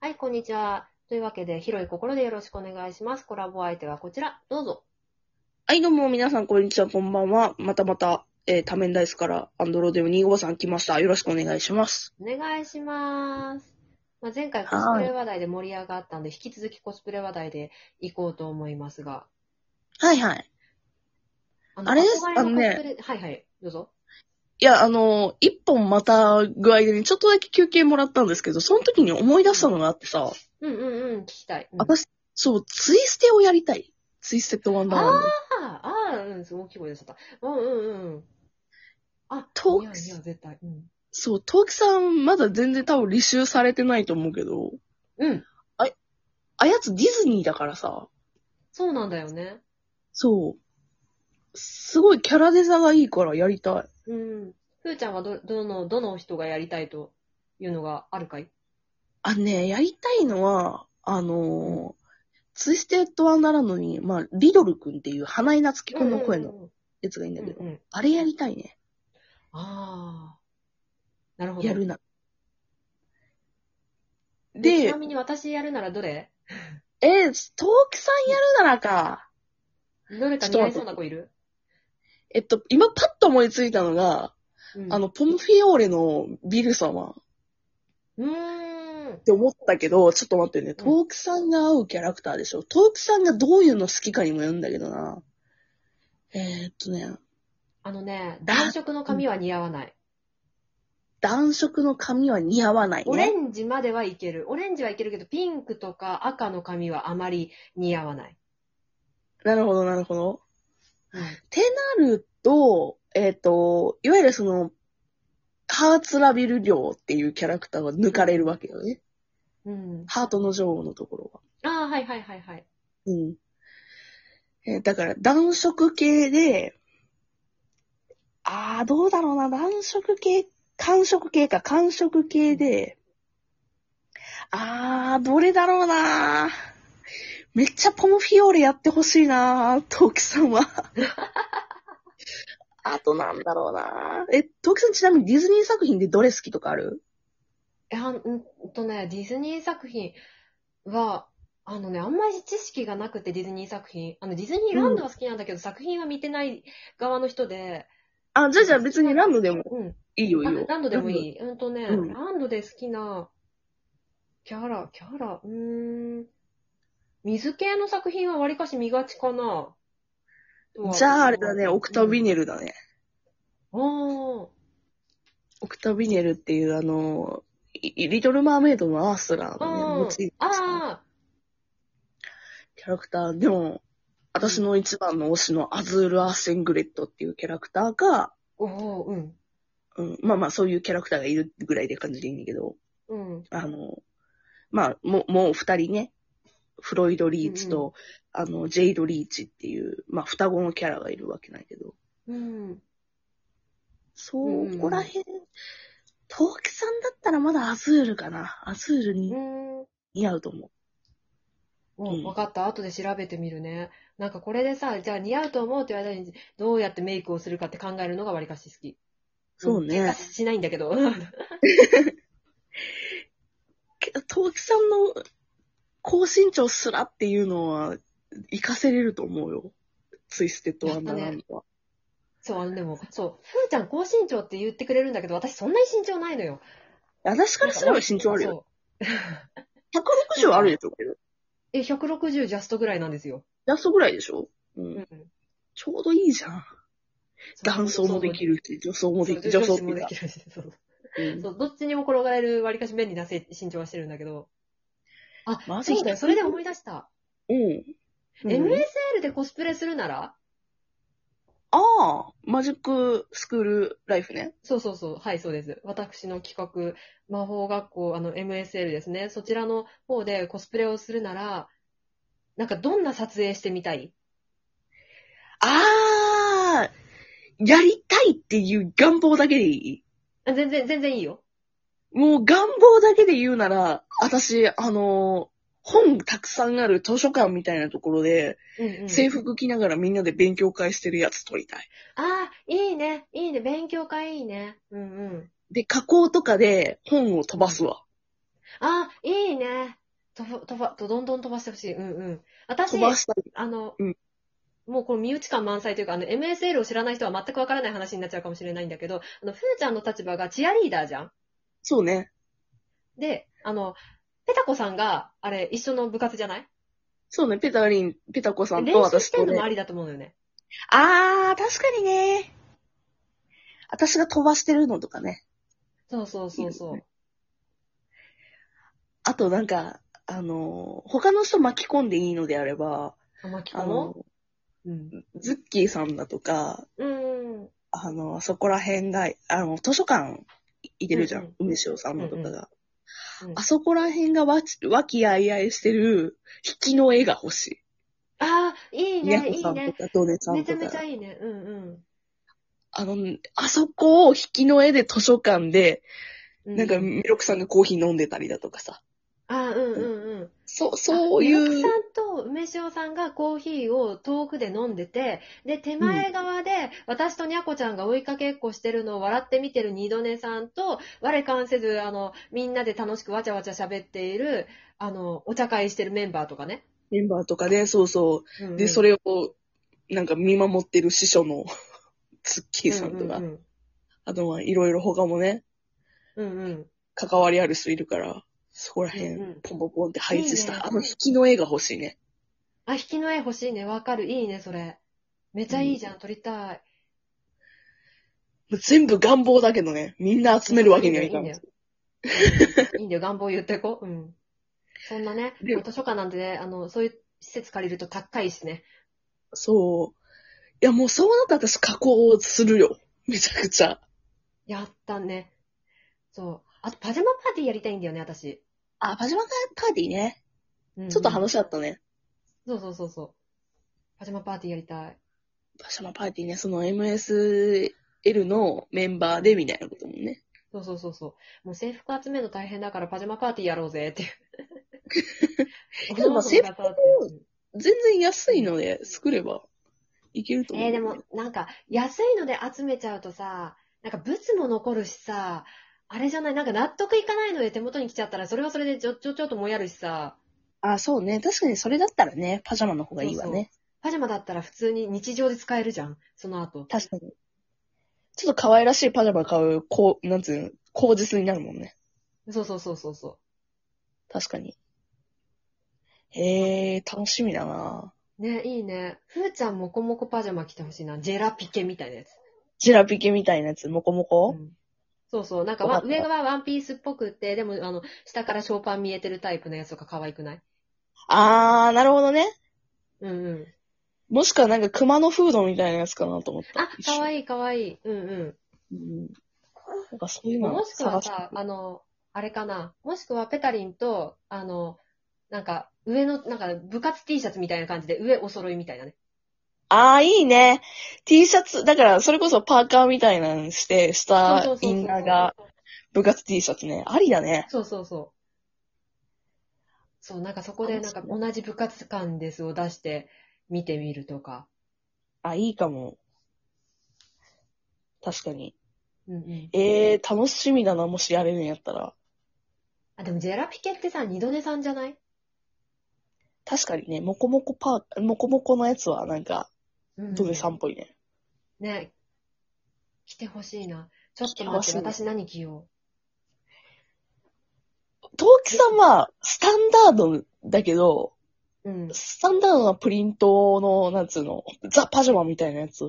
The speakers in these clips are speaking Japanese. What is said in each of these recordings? はい、こんにちは。というわけで、広い心でよろしくお願いします。コラボ相手はこちら、どうぞ。はい、どうも、皆さん、こんにちは、こんばんは。またまた、えー、多面ダイスから、アンドロデオ25さん来ました。よろしくお願いします。お願いします。まあ、前回コスプレ話題で盛り上がったんで、引き続きコスプレ話題で行こうと思いますが。はいはい。ああれです憧れのあのねコスプレはいはい、どうぞ。いや、あのー、一本また具合でね、ちょっとだけ休憩もらったんですけど、その時に思い出したのがあってさ、うんうんうん、聞きたい。うん、あ私、そう、ツイステをやりたい。ツイステッドワンダーランド。あ、ああ、うん、すごい聞こえてた。うんうんうん。あ、トーいやクいスや、絶対。うん。そう、ト木さん、まだ全然多分履修されてないと思うけど、うん、あやつディズニーだからさ、そうなんだよね。そう。すごいキャラデザがいいからやりたい。うん。ふーちゃんはど、どの、どの人がやりたいというのがあるかいあのね、やりたいのは、あのー、ツイステッドワンダーランドに、まあ、リドルくんっていう花井夏樹くんの声うのんうんやつがいいんだうんけど、うんうん。あれやりたいね。ああ。なるほど。やるな。でちでな、みに私やるならどれえー、東木さんやるならか。どれか似合いそうな子いるえっと、今パッと思いついたのが、うんあの、ポムフィオーレのビル様っうーん。て思ったけど、ちょっと待ってね、東木さんが合うキャラクターでしょ。東木さんがどういうの好きかにもよるんだけどな。えー、っとね、あのね、暖色の髪は似合わない。暖色の髪は似合わないね。オレンジまではいける。オレンジはいけるけど、ピンクとか赤の髪はあまり似合わない。なるほど、なるほど。ってなると、えっ、と、いわゆるその、ハーツラビル寮っていうキャラクターが抜かれるわけよね。うん。ハートの女王のところは。ああ、はいはいはいはい。うん。えーだから、暖色系で、あー、どうだろうな、暖色系、寒色系か、寒色系で、あー、どれだろうなめっちゃポムフィオーレやってほしいなトキさん は。あとなんだろうなえ、トキさんちなみにディズニー作品でどれ好きとかあるえあうんとね、ディズニー作品は、あのね、あんまり知識がなくて、ディズニー作品。あの、ディズニーランドは好きなんだけど、作品は見てない側の人で、あ、じゃあじゃあ別にランドでもうん。いいよいいあよ。ランドでもいいい。うんとね、うんランドで好きな、キャラ、キャラ、うーん。水系の作品はわりかし見がちかな。とはじゃああれだね、オクタビネルだね。うんあーオクタビネルっていうあの、いリトル・マーメイドのアースラーのあね、ーモチーフあのーキャラクター。でも、私の一番の推しのアズール・アーセングレットっていうキャラクターが、おおうん。うん、まあまあそういうキャラクターがいるぐらいで感じでいいんだけど、うん。あの、まあ、もう、もう二人ね、フロイド・リーチうんと、あの、ジェイド・リーチっていう、まあ双子のキャラがいるわけないけど、うん。そうんこら辺、トウキさんだったらまだアズールかな。アズールうにん。似合うと思う。もうん分かった。後で調べてみるね。なんかこれでさ、じゃあ似合うと思うって言われたのに、どうやってメイクをするかって考えるのがわりかし好き。そうねん結果しないんだけど。けど、東木さんの高身長すらっていうのは、活かせれると思うよ。ツイステッドワンダーランドは。そう、あのでも、そう、ふーちゃん高身長って言ってくれるんだけど、私そんなに身長ないのよ。私からすれば身長あるよ。そう。 160あるでしょうけど。え、160ジャストぐらいなんですよ。ラストぐらいでしょうう。んん。ちょうどいいじゃん。男装もできる。るし、女装もできる。女女装っ子てもいうでかきるし。そううんそう、どっちにも転がれる、わりかし便利なせ身長はしてるんだけど。あ、マジそうだよ。それで思い出した。うん。うん NSL でコスプレするならああ、マジックスクールライフね。そうそうそう。はい、そうです。私の企画、魔法学校、あの、MSL ですね。そちらの方でコスプレをするなら、なんかどんな撮影してみたいああ、やりたいっていう願望だけでいいあ全然、全然いいよ。もう願望だけで言うなら、私、あのー本たくさんある図書館みたいなところで、うん、うん。制服着ながらみんなで勉強会してるやつ撮りたい。ああ、いいね。いいね。勉強会いいね。うんうん。で、加工とかで本を飛ばすわ。あ、いいね。とば、とば、とどんどん飛ばしてほしい。うんうん。私飛、ばしたり。あの、うんもうこの身内感満載というか、あの、MSL を知らない人は全くわからない話になっちゃうかもしれないんだけど、あの、ふーちゃんの立場がチアリーダーじゃんそうね。で、あの、ペタコさんが、あれ、一緒の部活じゃないそうね、ペタリン、ペタコさん練と習私してとんのもあね。りだと思うのよね。あー、確かにね。私が飛ばしてるのとかね。そうそうそうそう。あとなんか、あのー、他の人巻き込んでいいのであれば、あ、まきこあもの、うん。ズッキーさんだとか、うん。あの、そこら辺が、あの、図書館いてるじゃうんん。梅塩さんのとかがうんう。んあそこら辺がわち、わきあいあいしてる、引きの絵が欲しああ、いいい。ね、こいいさんとね。か、ドネさめんちゃとめちゃか。いいね。うんうんあの、あそこを引きの絵で図書館で、う。なんか、メロクさんがコーヒー飲んでたりだとかさ。あうんうんうん。そう、そういあみろくう、さんと梅塩さんがコーヒーを遠くで飲んでて、で、手前側で、私とにゃこちゃんが追いかけっこしてるのを笑って見てる二度寝さんと、我関せず、あの、みんなで楽しくわちゃわちゃ喋っている、あの、お茶会してるメンバーとかね。メンバーとかで、そうそうんうう。んで、それを、なんか見守ってる師匠の、 ズッキーさんとうかんう。んあとは、いろいろ他もね、うん。うんうん関わりある人いるから、そこらうんう辺ん、ポンポンポンって配置した、いいねあの引きの絵が欲しいね。あ、引きの絵欲しいね。わかる。いいね、それ。めちゃいいじゃん。撮りたい。全部願望だけどね、みんな集めるわけにはいかいいんんだ。 よ。いいんだよ。願望言ってこう。うん。そんなね、で図書館なんでね、あの、そういう施設借りると高いしね。そう。いや、もうそうなったら私加工するよ。めちゃくちゃ。やったね。そう。あと、パジャマパーティーやりたいんだよね、私。あ、パジャマパーティーね。うんうんちょっと話し合ったね。そうそうそうそう。パジャマパーティーやりたい。パジャマパーティーね、その MSL のメンバーでみたいなこともね。そうそうそうそう。もう制服集めるの大変だからパジャマパーティーやろうぜって いう。でもまあ制服パーティー全然安いので作ればいけると思う。えー、でも、なんか、安いので集めちゃうとさ、なんか、物も残るしさ、あれじゃない、なんか納得いかないので手元に来ちゃったら、それはそれでちょ、ちょ、ちょっともやるしさ、あ、そうね。確かにそれだったらね、パジャマの方がいいわね。パジャマだったら普通に日常で使えるじゃん、その後。確かに。ちょっと可愛らしいパジャマ買う、こう、なんつうの、口実になるもんね。そうそうそうそうそ確かに。へえー、楽しみだなう。ね、いいね。ふーちゃんもこもこパジャマ着てほしいな。ジェラピケみたいなやつ。ジェラピケみたいなやつ、モコモコ、うんそうそう。なんかわ、わかった上がワンピースっぽくって、でも、あの、下からショーパン見えてるタイプのやつとか可愛くないあー、なるほどね。うんうん。もしくはなんか熊のフードみたいなやつかなと思った。あ、可い愛い可愛い。うんうん。い。うん。なんかそういうのもしくは探してさ、あの、あれかな。もしくはペタリンと、あの、なんか、上の、なんか、部活 T シャツみたいな感じで、上お揃いみたいなね。あー、いいね。T シャツ、だからそれこそパーカーみたいなのして、下そう、そイうそうそうンナーが、部活 T シャツね。ありだね。そうそうそう。そう、なんかそこで、なんか、楽し同じ部活感ですを出して、見てみるとか。あ、いいかも。確かに。うんうん。えー、楽しみだな、もしやれるんやったら。あ、でも、ジェラピケってさ、二度寝さんじゃない確かにね、モコモコパー、モコモコのやつはなんか、うん。ドネさんっぽいね。ね。来てほしいな。ちょっと来てほ待しっいて、私何着よトウキさんは、スタンダードだけど、う。うん。スタンダードなプリントの、なんつうの、ザ・パジャマみたいなやつ。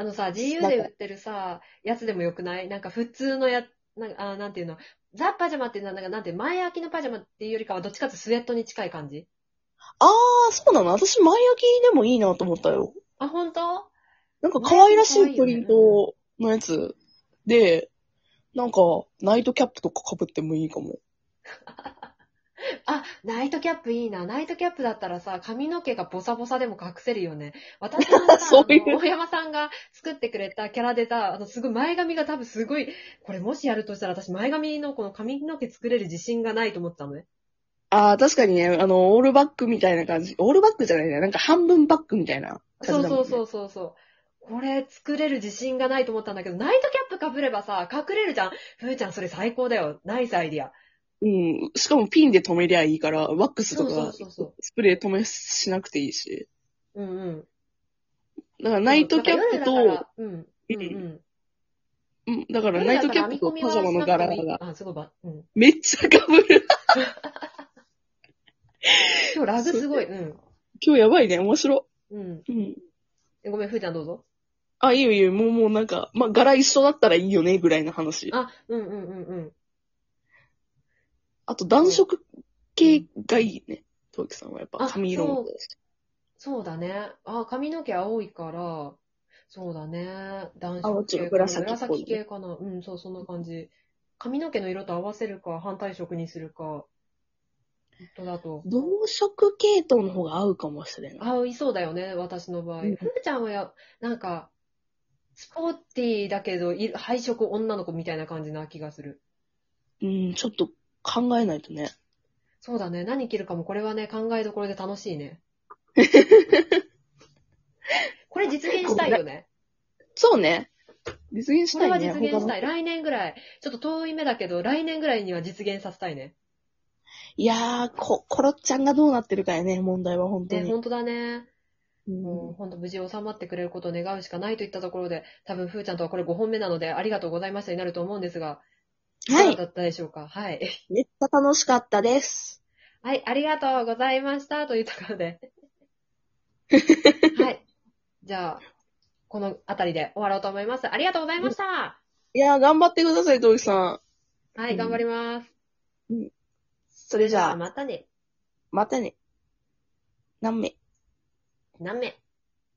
あのさ、GU なんでか売ってるさ、やつでもよくないなんか普通のや、なんか、あーなんていうの、ザ・パジャマってなんか、なんて、前開きのパジャマっていうよりかは、どっちかっていうとスウェットに近い感じあー、そうなの私、前焼きでもいいなと思ったよ。あ、本当なんか可愛らしいプリントのやつで、なんか、ナイトキャップとか被ってもいいかも。あ、ナイトキャップいいな。ナイトキャップだったらさ、髪の毛がボサボサでも隠せるよね。私もさ、 そういうあの大山さんが作ってくれたキャラでさ、あの、すごい前髪が多分すごい、これもしやるとしたら私前髪のこの髪の毛作れる自信がないと思ってたのね。あー、確かにね、あの、オールバックみたいな感じ。オールバックじゃないね。なんか半分バックみたいなそ感じうだもん、そね。うそうそうそう。これ作れる自信がないと思ったんだけど、ナイトキャップかぶればさ、隠れるじゃん。ふーちゃんそれ最高だよ。ナイスアイディア。うん。しかもピンで止めりゃいいから、ワックスそとうそうか、そうそスプレー止めしなくていいし。う。うんうん。だからナイトキャップそうだと、から夜だからうん。うんうん。うん、だからナイトキャップとパジャマの柄が、あ、すごいば、うん。めっちゃ被る。 今日ラグすごい。うん。今日やばいね、面白。うん。うん。えごめん、ふーちゃんどうぞ。あ、いいよいいよ、もうもうなんか、まあ、柄一緒だったらいいよね、ぐらいの話。あ、うんうんうんうん。あと、暖色系がいいね。トウキさんはやっぱあ髪色もだし。そうだね。あ、髪の毛青いから、そうだね。男青色ちょ系っとかな。紫っぽい紫系かな。うん、そう、そんな感じ。髪の毛の色と合わせるか、反対色にするか。本当だと。同色系統の方が合うかもしれない。合いそうだよね、私の場合。うんふーちゃんはや、なんか、スポーティーだけど、い配色女の子みたいな感じな気がする。うん、ちょっと考えないとね。そうだね。何着るかも、これはね、考えどころで楽しい ね。これ実現したいよね。そうね。実現しこたれいはね。実現し他のたい。来年ぐらい。ちょっと遠い目だけど、来年ぐらいには実現させたいね。いやー、こ、コロッちゃんがどうなってるかやね、問題は本当ね、に。本当だね。もううん本当無事収まってくれることを願うしかないといったところで、多分ふーちゃんとはこれ5本目なので、ありがとうございましたになると思うんですが、はいかがだったでしょうか。はい。めっちゃ楽しかったです。はい、ありがとうございましたというところで。はい。じゃあ、このあたりで終わろうと思います。ありがとうございました。いやー、頑張ってください、トウキさん。はい、頑張ります。それじゃあ、またね。またね。何名何名